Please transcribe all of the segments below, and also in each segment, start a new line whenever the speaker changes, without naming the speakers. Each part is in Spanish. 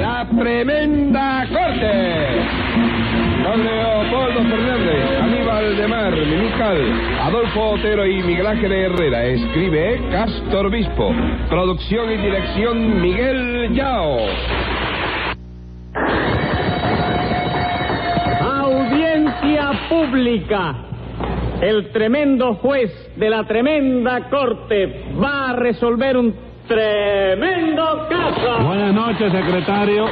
la tremenda corte. Don Leopoldo Fernández, Aníbal de Mar, Mimical, Adolfo Otero y Miguel Ángel Herrera. Escribe Castor Bispo. Producción y dirección Miguel Yao.
Audiencia pública. El tremendo juez de la tremenda corte va a resolver un tremendo caso.
Buenas noches, secretario.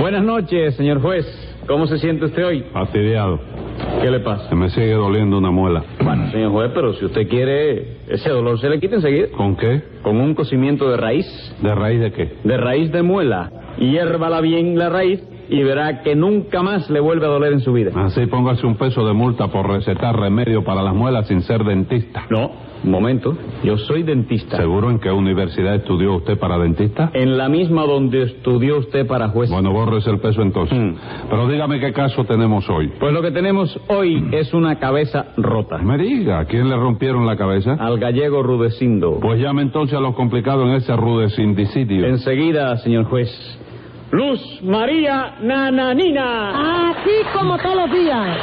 Buenas noches, señor juez. ¿Cómo se siente usted hoy?
Fastidiado.
¿Qué le pasa?
Se me sigue doliendo una muela.
Bueno, señor juez, pero si usted quiere, ese dolor se le quita enseguida.
¿Con qué?
Con un cocimiento de raíz,
¿De raíz de qué?
de raíz de muela. Hiérvala bien la raíz y verá que nunca más le vuelve a doler en su vida.
Así póngase un peso de multa por recetar remedio para las muelas sin ser dentista.
No, un momento. Yo soy dentista.
¿Seguro en qué universidad estudió usted para dentista?
En la misma donde estudió usted para juez.
Bueno, borres el peso entonces.
Mm.
Pero dígame qué caso tenemos hoy.
Pues lo que tenemos hoy es una cabeza rota.
Me diga, ¿a quién le rompieron la cabeza?
Al gallego Rudecindo.
Pues llame entonces a los complicados en ese rudecindicidio.
Enseguida, señor juez. Luz María Nananina.
Así como todos los días.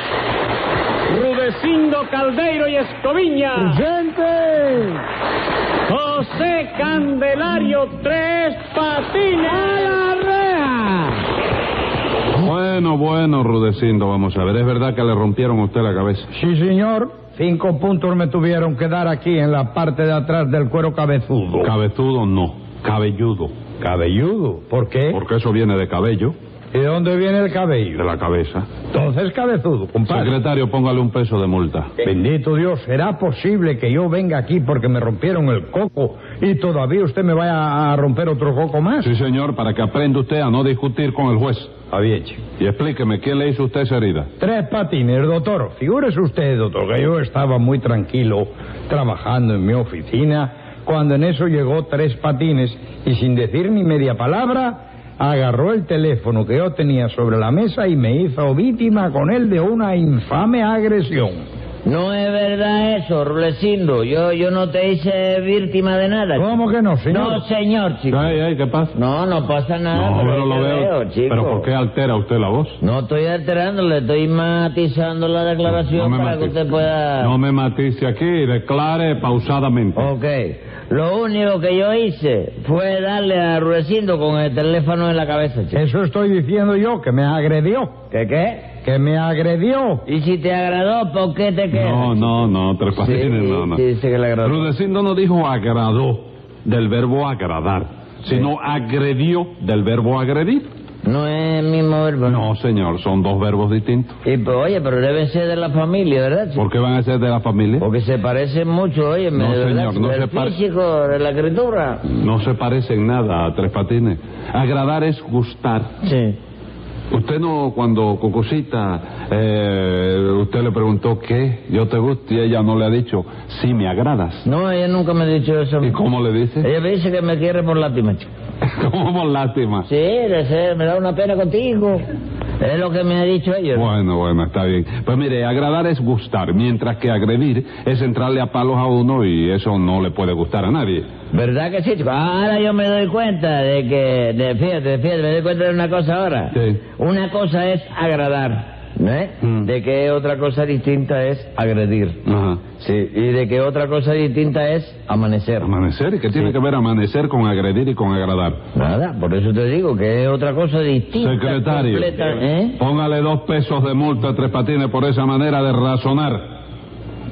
Rudecindo Caldeiro y Escoviña.
¡Gente!
José Candelario Tres Patines.
Bueno, bueno, Rudecindo, vamos a ver. ¿Es verdad que le rompieron a usted la cabeza?
Sí, señor. Cinco puntos me tuvieron que dar aquí en la parte de atrás del cuero cabezudo.
Cabezudo no, cabelludo. ¿Eh?
¿Cabelludo? ¿Por qué?
Porque eso viene de cabello,
¿Y de dónde viene el
de
cabello?
la cabeza.
Entonces cabezudo, compadre. Eh.
Secretario, póngale un peso de multa.
Bendito Dios, ¿será posible que yo venga aquí porque me rompieron el coco y todavía usted me vaya a romper otro coco más?
Sí, señor, para que aprenda usted a no discutir con el juez.
Está bien, chico.
Y explíqueme, ¿quién le hizo a usted esa herida?
Tres patines, doctor. Figúrese usted, doctor, que yo estaba muy tranquilo trabajando en mi oficina cuando en eso llegó tres patines y sin decir ni media palabra agarró el teléfono que yo tenía sobre la mesa y me hizo víctima con él de una infame agresión.
No es verdad eso, Rulecindo. Yo, yo no te hice víctima de nada. chico.
¿Cómo que no, señor?
No, señor, chico.
Ay, ay, ¿qué pasa?
No, no pasa nada.
no, pero
yo
lo
te
veo.
chico.
Pero ¿por qué altera usted la voz?
No estoy alterando, le estoy matizando la declaración para que
matice.
usted pueda...
No me matice aquí, declare pausadamente.
Ok. Lo único que yo hice fue darle a Rulecindo con el teléfono en la cabeza, chico.
Eso estoy diciendo yo, que me agredió.
¿Qué qué?
Que me agredió.
Y si te agradó, ¿por qué te quedas?
No, no, no, tres
Sí,
patines, no, no.
sí, dice que le agradó.
Rudecindo no dijo agradó del verbo agradar, sino agredió del verbo agredir.
No es el mismo verbo.
No, señor, son dos verbos distintos.
Y, pues, oye, pero debe ser de la familia, ¿verdad, chico?
¿Por qué van a ser de la familia?
Porque se parecen mucho, oye,
No,
de verdad,
señor, no
el
se pare-
físico, de la criatura.
No se parecen nada a tres patines. Agradar es gustar.
Sí.
Usted no, cuando Cocosita, eh, usted le preguntó qué, yo te gusto, y ella no le ha dicho, sí me agradas.
No, ella nunca me ha dicho eso.
¿Y cómo le dice?
Ella me dice que me quiere por lástima, chico.
Como lástima.
Sí, le sé, me da una pena contigo. Es lo que me ha dicho ella.
Bueno, bueno, está bien. Pues mire, agradar es gustar, mientras que agredir es entrarle a palos a uno y eso no le puede gustar a nadie.
¿Verdad que sí, chico? Ahora yo me doy cuenta de que, de, fíjate, fíjate, me doy cuenta de una cosa ahora.
Sí.
Una cosa es agradar, ¿no es?
Mm.
De que otra cosa distinta es agredir.
Ajá.
Sí, y de que otra cosa distinta es amanecer.
Amanecer, ¿y qué tiene que ver amanecer con agredir y con agradar?
Nada, por eso te digo que es otra cosa distinta.
Secretario,
completa, ¿eh?
póngale dos pesos de multa a Tres Patines por esa manera de razonar.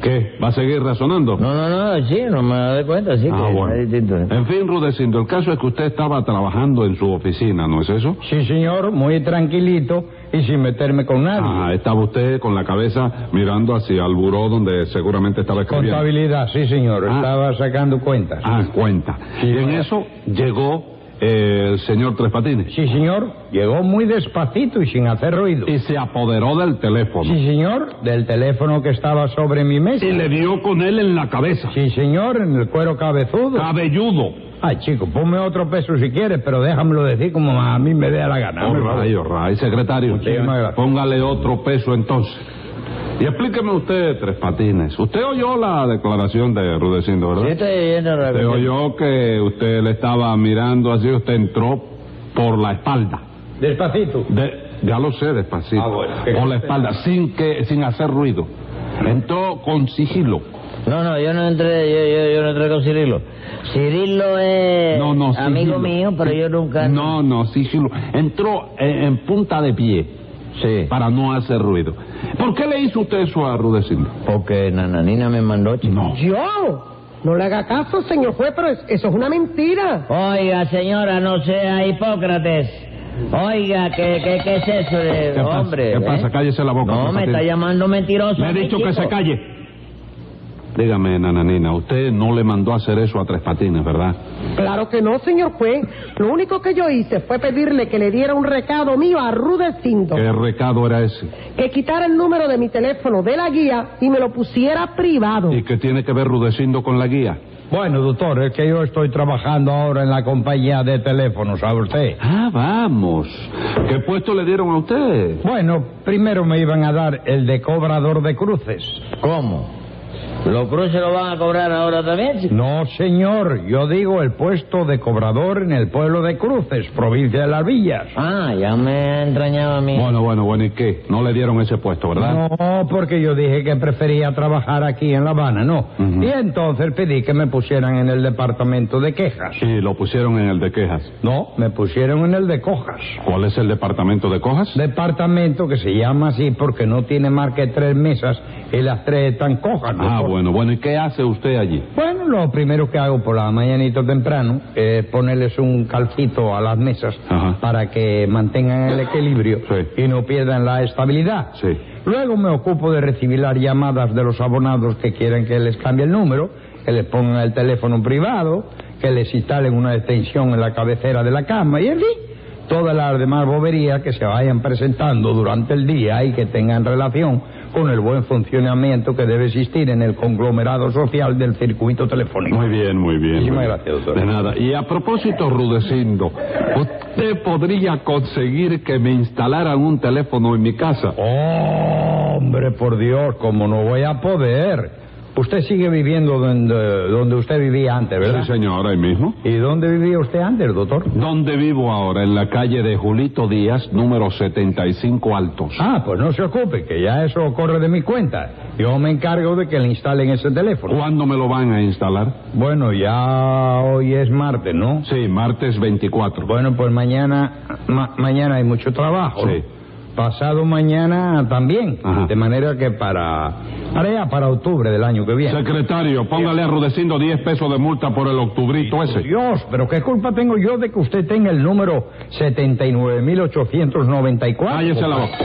¿Qué? ¿Va a seguir razonando?
No, no, no, sí, no me doy cuenta, sí,
Ah,
que
bueno.
es distinto. ¿eh?
En fin, Rudecindo, el caso es que usted estaba trabajando en su oficina, ¿no es eso?
Sí, señor, muy tranquilito y sin meterme con nadie.
Ah, estaba usted con la cabeza mirando hacia el buró donde seguramente estaba escribiendo.
Contabilidad, sí, señor.
Ah.
Estaba sacando cuentas.
Ah, cuenta.
Sí,
y en
señor.
eso llegó eh, el señor Tres Patines
Sí, señor. Llegó muy despacito y sin hacer ruido.
y se apoderó del teléfono
Sí, señor. Del teléfono que estaba sobre mi mesa.
y le dio con él en la cabeza,
Sí, señor, en el cuero cabezudo.
cabelludo.
Ay, chico, ponme otro peso si quieres, pero déjamelo decir como a mí me dé la gana.
All
hombre.
right, all right. secretario,
Muchísimas gracias.
póngale otro peso entonces. Y explíqueme usted, Tres Patines. Usted oyó la declaración de Rudecindo,
Yo
¿verdad?
estoy oyendo la
Usted
repetición.
oyó que usted le estaba mirando así, usted entró por la espalda.
Despacito.
De- ya lo sé, despacito.
Ah, bueno.
Por la espalda, sin que, sin hacer ruido. Entró con sigilo.
No, no, yo no entré, yo, yo, yo no entré con Cirilo. Cirilo es
No, no,
amigo
sigilo.
mío, pero yo nunca...
No, no, sigilo. Entró en, en punta de pie
Sí,
para no hacer ruido. ¿Por qué le hizo usted eso a Rudecindo?
porque Nananina me mandó, chico.
No.
Yo. No le haga caso, señor juez, pero es- eso es una mentira.
Oiga, señora, no sea Hipócrates. Oiga, ¿qué, qué, qué es eso de
¿Qué pasa?
hombre?
¿Qué
eh?
pasa? Cállese la boca,
No,
Tres
me
Patines.
está llamando mentiroso.
Le he
mi
dicho que
chico.
se calle. Dígame, Nananina, usted no le mandó a hacer eso a Tres Patines, ¿verdad?
Claro que no, señor juez. Lo único que yo hice fue pedirle que le diera un recado mío a Rudecindo.
¿Qué recado era ese?
Que quitara el número de mi teléfono de la guía y me lo pusiera privado.
¿Y qué tiene que ver Rudecindo con la guía?
Bueno, doctor, es que yo estoy trabajando ahora en la compañía de teléfonos, ¿sabe usted?
Ah, vamos. ¿Qué puesto le dieron a usted?
Bueno, primero me iban a dar el de cobrador de cruces.
¿Cómo? ¿Los cruces lo van a cobrar ahora también, chico?
No, señor, yo digo el puesto de cobrador en el pueblo de Cruces, provincia de Las Villas.
Ah, ya me entrañaba a mí.
Bueno, bueno, bueno, ¿y qué? No le dieron ese puesto, ¿verdad?
No, porque yo dije que prefería trabajar aquí en La Habana, ¿no?
Ujú.
Y entonces pedí que me pusieran en el departamento de quejas.
Sí, lo pusieron en el de quejas.
No, me pusieron en el de cojas.
¿Cuál es el departamento de cojas?
Departamento que se llama así porque no tiene más que tres mesas y las tres están cojas.
Ah,
doctor.
bueno, bueno, ¿y qué hace usted allí?
Bueno, lo primero que hago por la mañanito temprano es ponerles un calcito a las mesas
Ajá.
para que mantengan el equilibrio
Sí.
y no pierdan la estabilidad.
Sí.
Luego me ocupo de recibir las llamadas de los abonados que quieren que les cambie el número, que les pongan el teléfono privado, que les instalen una extensión en la cabecera de la cama y en fin, todas las demás boberías que se vayan presentando durante el día y que tengan relación con el buen funcionamiento que debe existir en el conglomerado social del circuito telefónico.
Muy bien, muy bien.
Muchísimas
muy bien.
gracias, doctor.
De nada. Y a propósito, Rudecindo, ¿usted podría conseguir que me instalaran un teléfono en mi casa?
Hombre, por Dios, como no voy a poder. Usted sigue viviendo donde, donde usted vivía antes, ¿verdad?
Sí, señor, ahí mismo.
¿Y dónde vivía usted antes, doctor?
¿Dónde vivo ahora? En la calle de Julito Díaz, número 75 Altos.
Ah, pues no se ocupe, que ya eso corre de mi cuenta. Yo me encargo de que le instalen ese teléfono.
¿Cuándo me lo van a instalar?
Bueno, ya hoy es martes, ¿no?
Sí, martes 24.
Bueno, pues mañana ma- mañana hay mucho trabajo. ¿no?
Sí.
Pasado mañana también.
Ajá.
De manera que para... Para ya para octubre del año que viene.
Secretario, póngale a Rudecindo 10 pesos de multa por el octubrito ese.
Dios, pero ¿qué culpa tengo yo de que usted tenga el número 79.894?
Cállese la boca.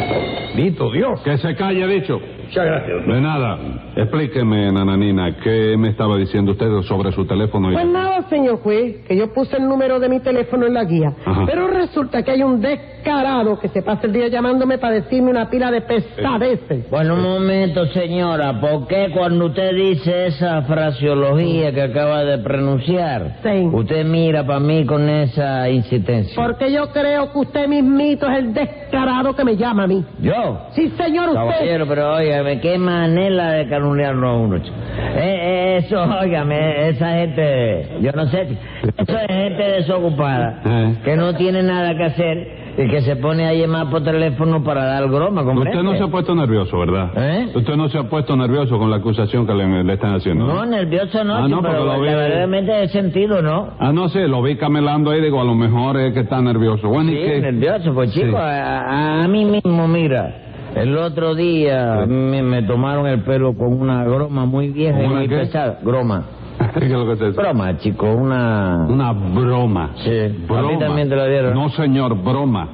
Dito Dios.
Que se calle, dicho.
Muchas gracias.
De nada. Explíqueme, Nananina, ¿qué me estaba diciendo usted sobre su teléfono?
Pues
Y...
nada, señor juez, que yo puse el número de mi teléfono en la guía.
Ajá.
Pero resulta que hay un descarado que se pasa el día llamándome para decirme una pila de pesadeces.
Bueno, un momento, señora. ¿Por qué cuando usted dice esa fraseología que acaba de pronunciar,
Sí.
usted mira para mí con esa insistencia?
Porque yo creo que usted mismito es el descarado que me llama a mí.
¿Yo?
Sí, señor, usted.
Caballero, pero óigame, qué manera de canulearlo a uno. chico. Eh, eh, eso, óigame, esa gente, yo no sé, chico. eso es gente desocupada,
Eh.
que no tiene nada que hacer y que se pone a llamar por teléfono para dar broma, ¿comprende?
Usted no se ha puesto nervioso, ¿verdad?
¿Eh?
Usted no se ha puesto nervioso con la acusación que le, le están haciendo.
No, nervioso no,
Ah,
chico,
no, porque
pero
lo vi.
verdaderamente es sentido, ¿no?
Ah, no sé, lo vi camelando ahí, digo, a lo mejor es que está nervioso. Bueno,
Sí,
¿y qué?
nervioso, pues
Sí.
chico, a, a- a mí mismo, mira, el otro día me, me tomaron el pelo con una groma muy vieja y
¿Una
muy
qué?
pesada. Groma.
¿Qué es lo que es eso?
Broma, chico, una...
Una broma.
Sí, a mí también te lo dieron.
No, señor, broma.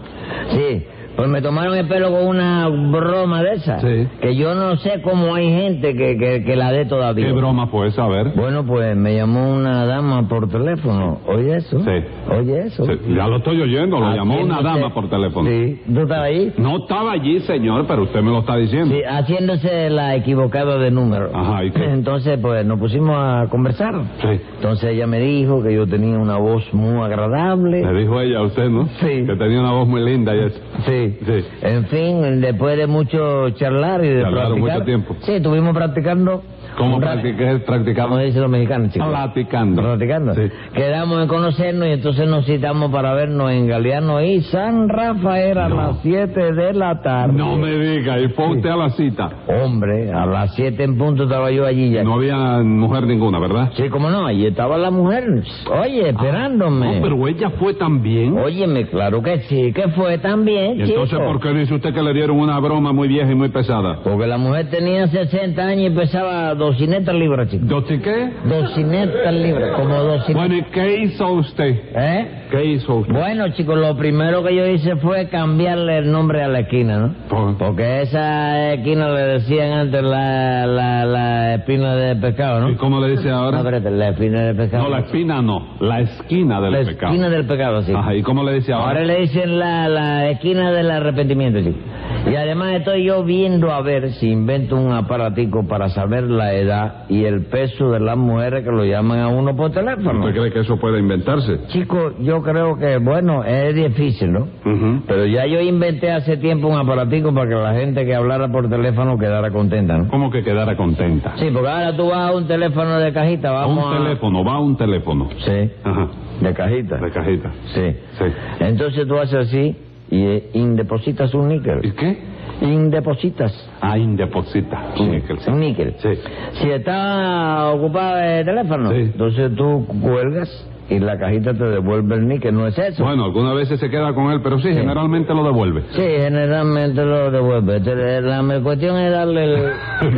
Sí, pues me tomaron el pelo con una broma de esa.
Sí.
Que yo no sé cómo hay gente que, que, que la dé todavía.
¿Qué broma fue esa? A ver.
Bueno, pues me llamó una dama por teléfono. ¿Oye eso?
Sí.
¿Oye eso?
Sí, ya lo estoy oyendo,
Ah,
lo llamó una
Haciéndose-
dama por teléfono.
Sí. ¿Tú estabas ahí?
No estaba allí, señor, pero usted me lo está diciendo.
Sí, haciéndose la equivocada de número.
Ajá, ¿y qué?
Entonces, pues nos pusimos a conversar.
Sí.
Entonces ella me dijo que yo tenía una voz muy agradable.
Le dijo ella a usted, ¿no?
Sí.
Que tenía una voz muy linda y eso.
Sí, sí.
Sí.
En fin, después de mucho charlar y de
Charlaron
practicar.
mucho tiempo.
Sí, estuvimos practicando.
¿Cómo
un rato,
practicar?
Como
practicamos?
dicen los mexicanos, chicos.
Platicando.
Platicando.
Sí.
Quedamos en conocernos y entonces nos citamos para vernos en Galeano y San Rafael a las 7 de la tarde.
No me diga, y fue usted a la cita.
Hombre, a las 7 en punto estaba yo allí ya.
No había mujer ninguna, ¿verdad?
Sí, cómo no, allí estaba la mujer. Oye, esperándome.
Ah, No, pero ella fue también.
Óyeme, claro que sí, que fue también,
¿Y entonces
chico.
por qué dice usted que le dieron una broma muy vieja y muy pesada?
Porque la mujer tenía 60 años y pesaba 200 libras, chico.
¿Dos y qué?
200 libras, como 200.
Bueno, ¿y qué hizo usted?
¿Eh?
¿Qué hizo usted?
Bueno, chicos, lo primero que yo hice fue cambiarle el nombre a la esquina, ¿no?
Por-
Porque esa esquina le decían antes la, la, la espina de pescado, ¿no?
¿Y cómo le dice
No,
ahora?
espérate, la espina de pescado.
No, la espina no, la esquina del
La
pecado.
esquina del pecado, sí.
Ajá, ¿y cómo le dice
Ahora
ahora?
le dicen la, la esquina del arrepentimiento, chico. Y además estoy yo viendo a ver si invento un aparatico para saber la edad y el peso de las mujeres que lo llaman a uno por teléfono.
¿Usted cree que eso puede inventarse?
Chico, yo creo que, bueno, es difícil, ¿no?
Ujú.
Pero ya yo inventé hace tiempo un aparatico para que la gente que hablara por teléfono quedara contenta, ¿no?
¿Cómo que quedara contenta?
Sí, porque ahora tú vas a un teléfono de cajita,
A
vamos
un teléfono, va a un teléfono.
Sí,
Ajá,
de cajita.
la cajita.
Sí.
Sí.
Entonces tú haces así y eh, indepositas un
¿Y
níquel.
qué?
Indepositas.
Ah, indeposita. Un níquel, sí.
Un níquel.
Sí.
Si está ocupado el teléfono,
Sí.
entonces tú cuelgas y la cajita te devuelve el níquel. ¿No es eso?
Bueno, algunas veces se queda con él, pero sí, generalmente lo devuelve.
Sí, generalmente lo devuelve. Te- La me- cuestión es darle el...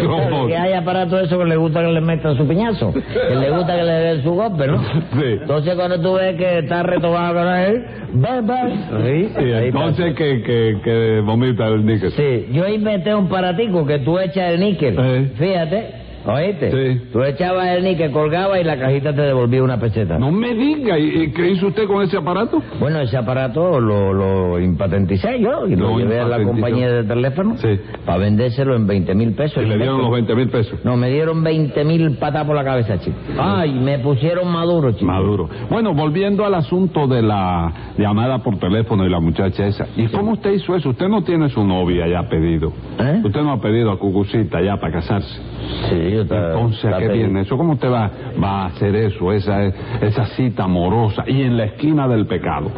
¿Cómo?
Que hay aparato eso que le gusta que le metan su piñazo, que le gusta que le den su golpe, ¿no?
Sí.
Entonces cuando tú ves que está retobado con él, ¡bam, bam! Sí,
Y
ahí está.
entonces que, que, que vomita el níquel.
Sí, yo inventé un paratico que tú echas el níquel.
Sí.
Fíjate, ¿oíste?
Sí.
Tú echabas el níquel, colgabas y la cajita te devolvía una peseta.
No me diga, ¿y, y qué hizo usted con ese aparato?
Bueno, ese aparato lo, lo impatenticé yo y lo,
Lo
llevé a la
impatentizó.
compañía de teléfono
Sí.
para vendérselo en 20 mil pesos.
Y le dieron los 20 mil pesos.
No, me dieron 20 mil patas por la cabeza, chico. Ay, me pusieron maduro, chico.
Maduro. Bueno, volviendo al asunto de la llamada por teléfono y la muchacha esa. ¿Y cómo usted hizo eso? Usted no tiene su novia ya pedido.
¿Eh?
Usted no ha pedido a Cucucita ya para casarse.
Sí,
Eh,
yo estaba-
Entonces, ¿a
estaba
qué
pedido.
viene eso? ¿Cómo usted va, va a hacer eso, esa, esa cita amorosa y en la esquina del pecado?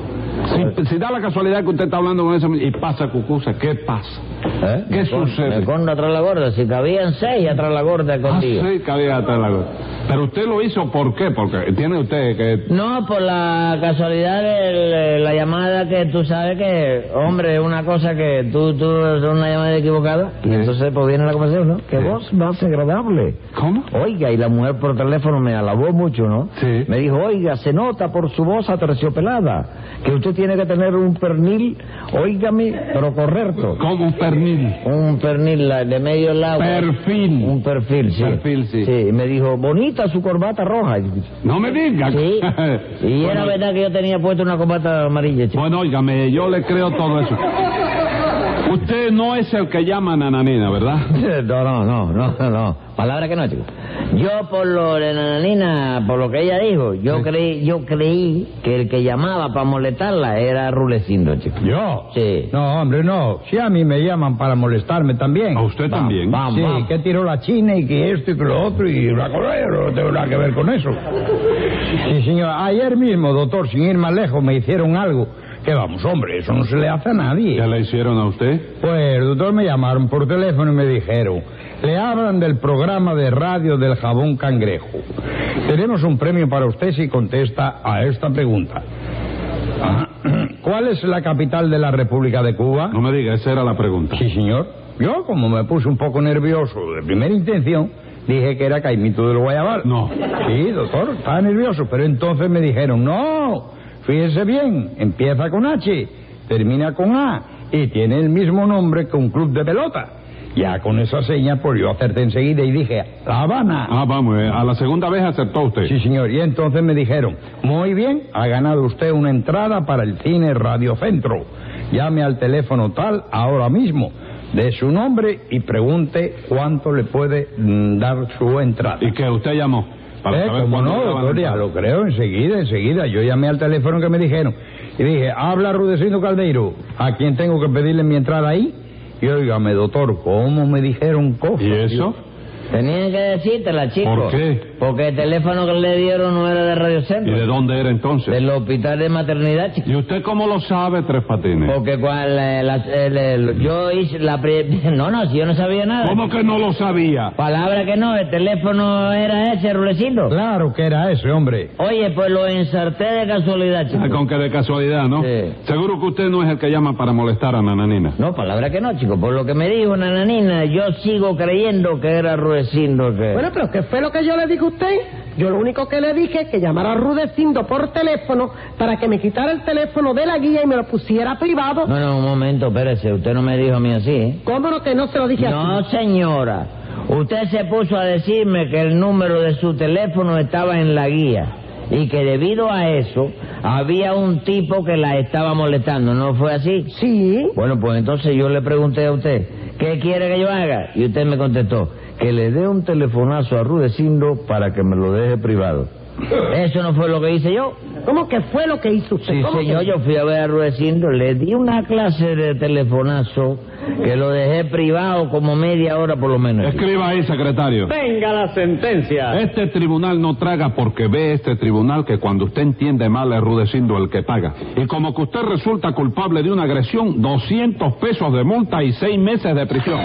Si, si da la casualidad que usted está hablando con esa mu- y pasa Cucusa, ¿qué pasa?
¿Eh?
¿Qué
Me con-
sucede?
Me condo atrás la gorda. Si cabían seis atrás la gorda
Ah,
contigo.
sí, que había atrás la cosa. Pero usted lo hizo, ¿por qué? Porque tiene usted que...
No, por la casualidad de la llamada que tú sabes que, hombre, es una cosa que tú, tú, es una llamada equivocada. Y
Sí.
entonces, pues viene la conversación, ¿no? Que
Sí.
voz más agradable.
¿Cómo?
Oiga, y la mujer por teléfono me alabó mucho, ¿no?
Sí.
Me dijo, oiga, se nota por su voz aterciopelada que usted tiene que tener un pernil, óigame, pero correcto.
Como un pernil.
Un pernil la- de medio lado.
Perfil.
Un perfil, sí.
Perfil, sí.
Sí, y me dijo, bonita su corbata roja.
No me diga.
Sí. Y era
Bueno,
verdad que yo tenía puesto una corbata amarilla, chico.
Bueno, óigame, yo le creo todo eso. Usted no es el que llama Nananina, ¿verdad?
No, no, no, no, no. Palabra que no, chico. Yo por lo de Nananina, por lo que ella dijo, yo creí, yo creí que el que llamaba para molestarla era Rulecindo, chico.
¿Yo?
Sí.
No, hombre, no. Si a mí me llaman para molestarme también.
A usted también.
Vamos,
sí,
vamos.
que tiró la China y que esto y que lo otro y la Corea, yo no tengo nada que ver con eso. Sí, señor. Ayer mismo, doctor, sin ir más lejos, me hicieron algo. Que vamos, hombre, eso no se le hace a nadie.
¿Qué le hicieron a usted?
Pues, doctor, me llamaron por teléfono y me dijeron, le hablan del programa de radio del jabón cangrejo. Tenemos un premio para usted si contesta a esta pregunta. Ah, ¿Cuál es la capital de la República de Cuba?
No me diga, esa era la pregunta.
Sí, señor. Yo, como me puse un poco nervioso de primera intención, dije que era Caimito del Guayabal.
No.
Sí, doctor, estaba nervioso, pero entonces me dijeron, no, fíjese bien, empieza con H, termina con A y tiene el mismo nombre que un club de pelota. Ya con esa seña, pues yo acerté enseguida y dije, La Habana.
Ah, vamos, eh, a la segunda vez aceptó usted.
Sí, señor. Y entonces me dijeron, muy bien, ha ganado usted una entrada para el cine Radio Centro. Llame al teléfono tal ahora mismo, de su nombre y pregunte cuánto le puede mm, dar su entrada.
¿Y que usted llamó?
Eh,
saber
¿cómo
cuándo
no,
estaba
doctor, ya
la-
lo creo, enseguida, enseguida. Yo llamé al teléfono que me dijeron, y dije, habla Rudecindo Caldeiro, a quien tengo que pedirle mi entrada ahí. Y óigame, doctor, ¿cómo me dijeron cosas?
¿Y eso?
Tenían que decírtela, chico.
¿Por qué?
Porque el teléfono que le dieron no era de Radio
¿Y
Centro.
de dónde era
Eh.
entonces?
Del hospital de maternidad, chico.
¿Y usted cómo lo sabe, Tres Patines?
Porque cual, eh, las- el- el- yo hice la... pri- No, no, si yo no sabía nada.
¿Cómo que no lo sabía?
Palabra que no, el teléfono era ese, Rulecito.
Claro que era ese, hombre.
Oye, pues lo ensarté de casualidad,
Ah,
chico.
Con que de casualidad, ¿no?
Sí.
Seguro que usted no es el que llama para molestar a Nananina.
No, palabra que no, chico. Por lo que me dijo Nananina, yo sigo creyendo que era Ruecindo que...
Bueno, pero ¿qué fue lo que yo le dije a usted? Yo lo único que le dije es que llamara a Rudecindo por teléfono para que me quitara el teléfono de la guía y me lo pusiera privado.
No, no, un momento, espérese. Usted no me dijo a mí así, ¿eh?
¿Cómo no que no se lo dije a
No, señora. Usted se puso a decirme que el número de su teléfono estaba en la guía y que debido a eso había un tipo que la estaba molestando. ¿No fue así?
Sí.
Bueno, pues entonces yo le pregunté a usted, ¿qué quiere que yo haga? Y usted me contestó, que le dé un telefonazo a Rudecindo para que me lo deje privado. Eso no fue lo que hice yo.
¿Cómo que fue lo que hizo usted?
Sí,
¿Cómo
señor,
que-
yo fui a ver a Rudecindo, le di una clase de telefonazo que lo dejé privado como media hora por lo menos.
Escriba ahí, secretario.
Venga la sentencia.
Este tribunal no traga porque ve este tribunal que cuando usted entiende mal es Rudecindo el que paga. Y como que usted resulta culpable de una agresión, 200 pesos de multa y seis meses de prisión.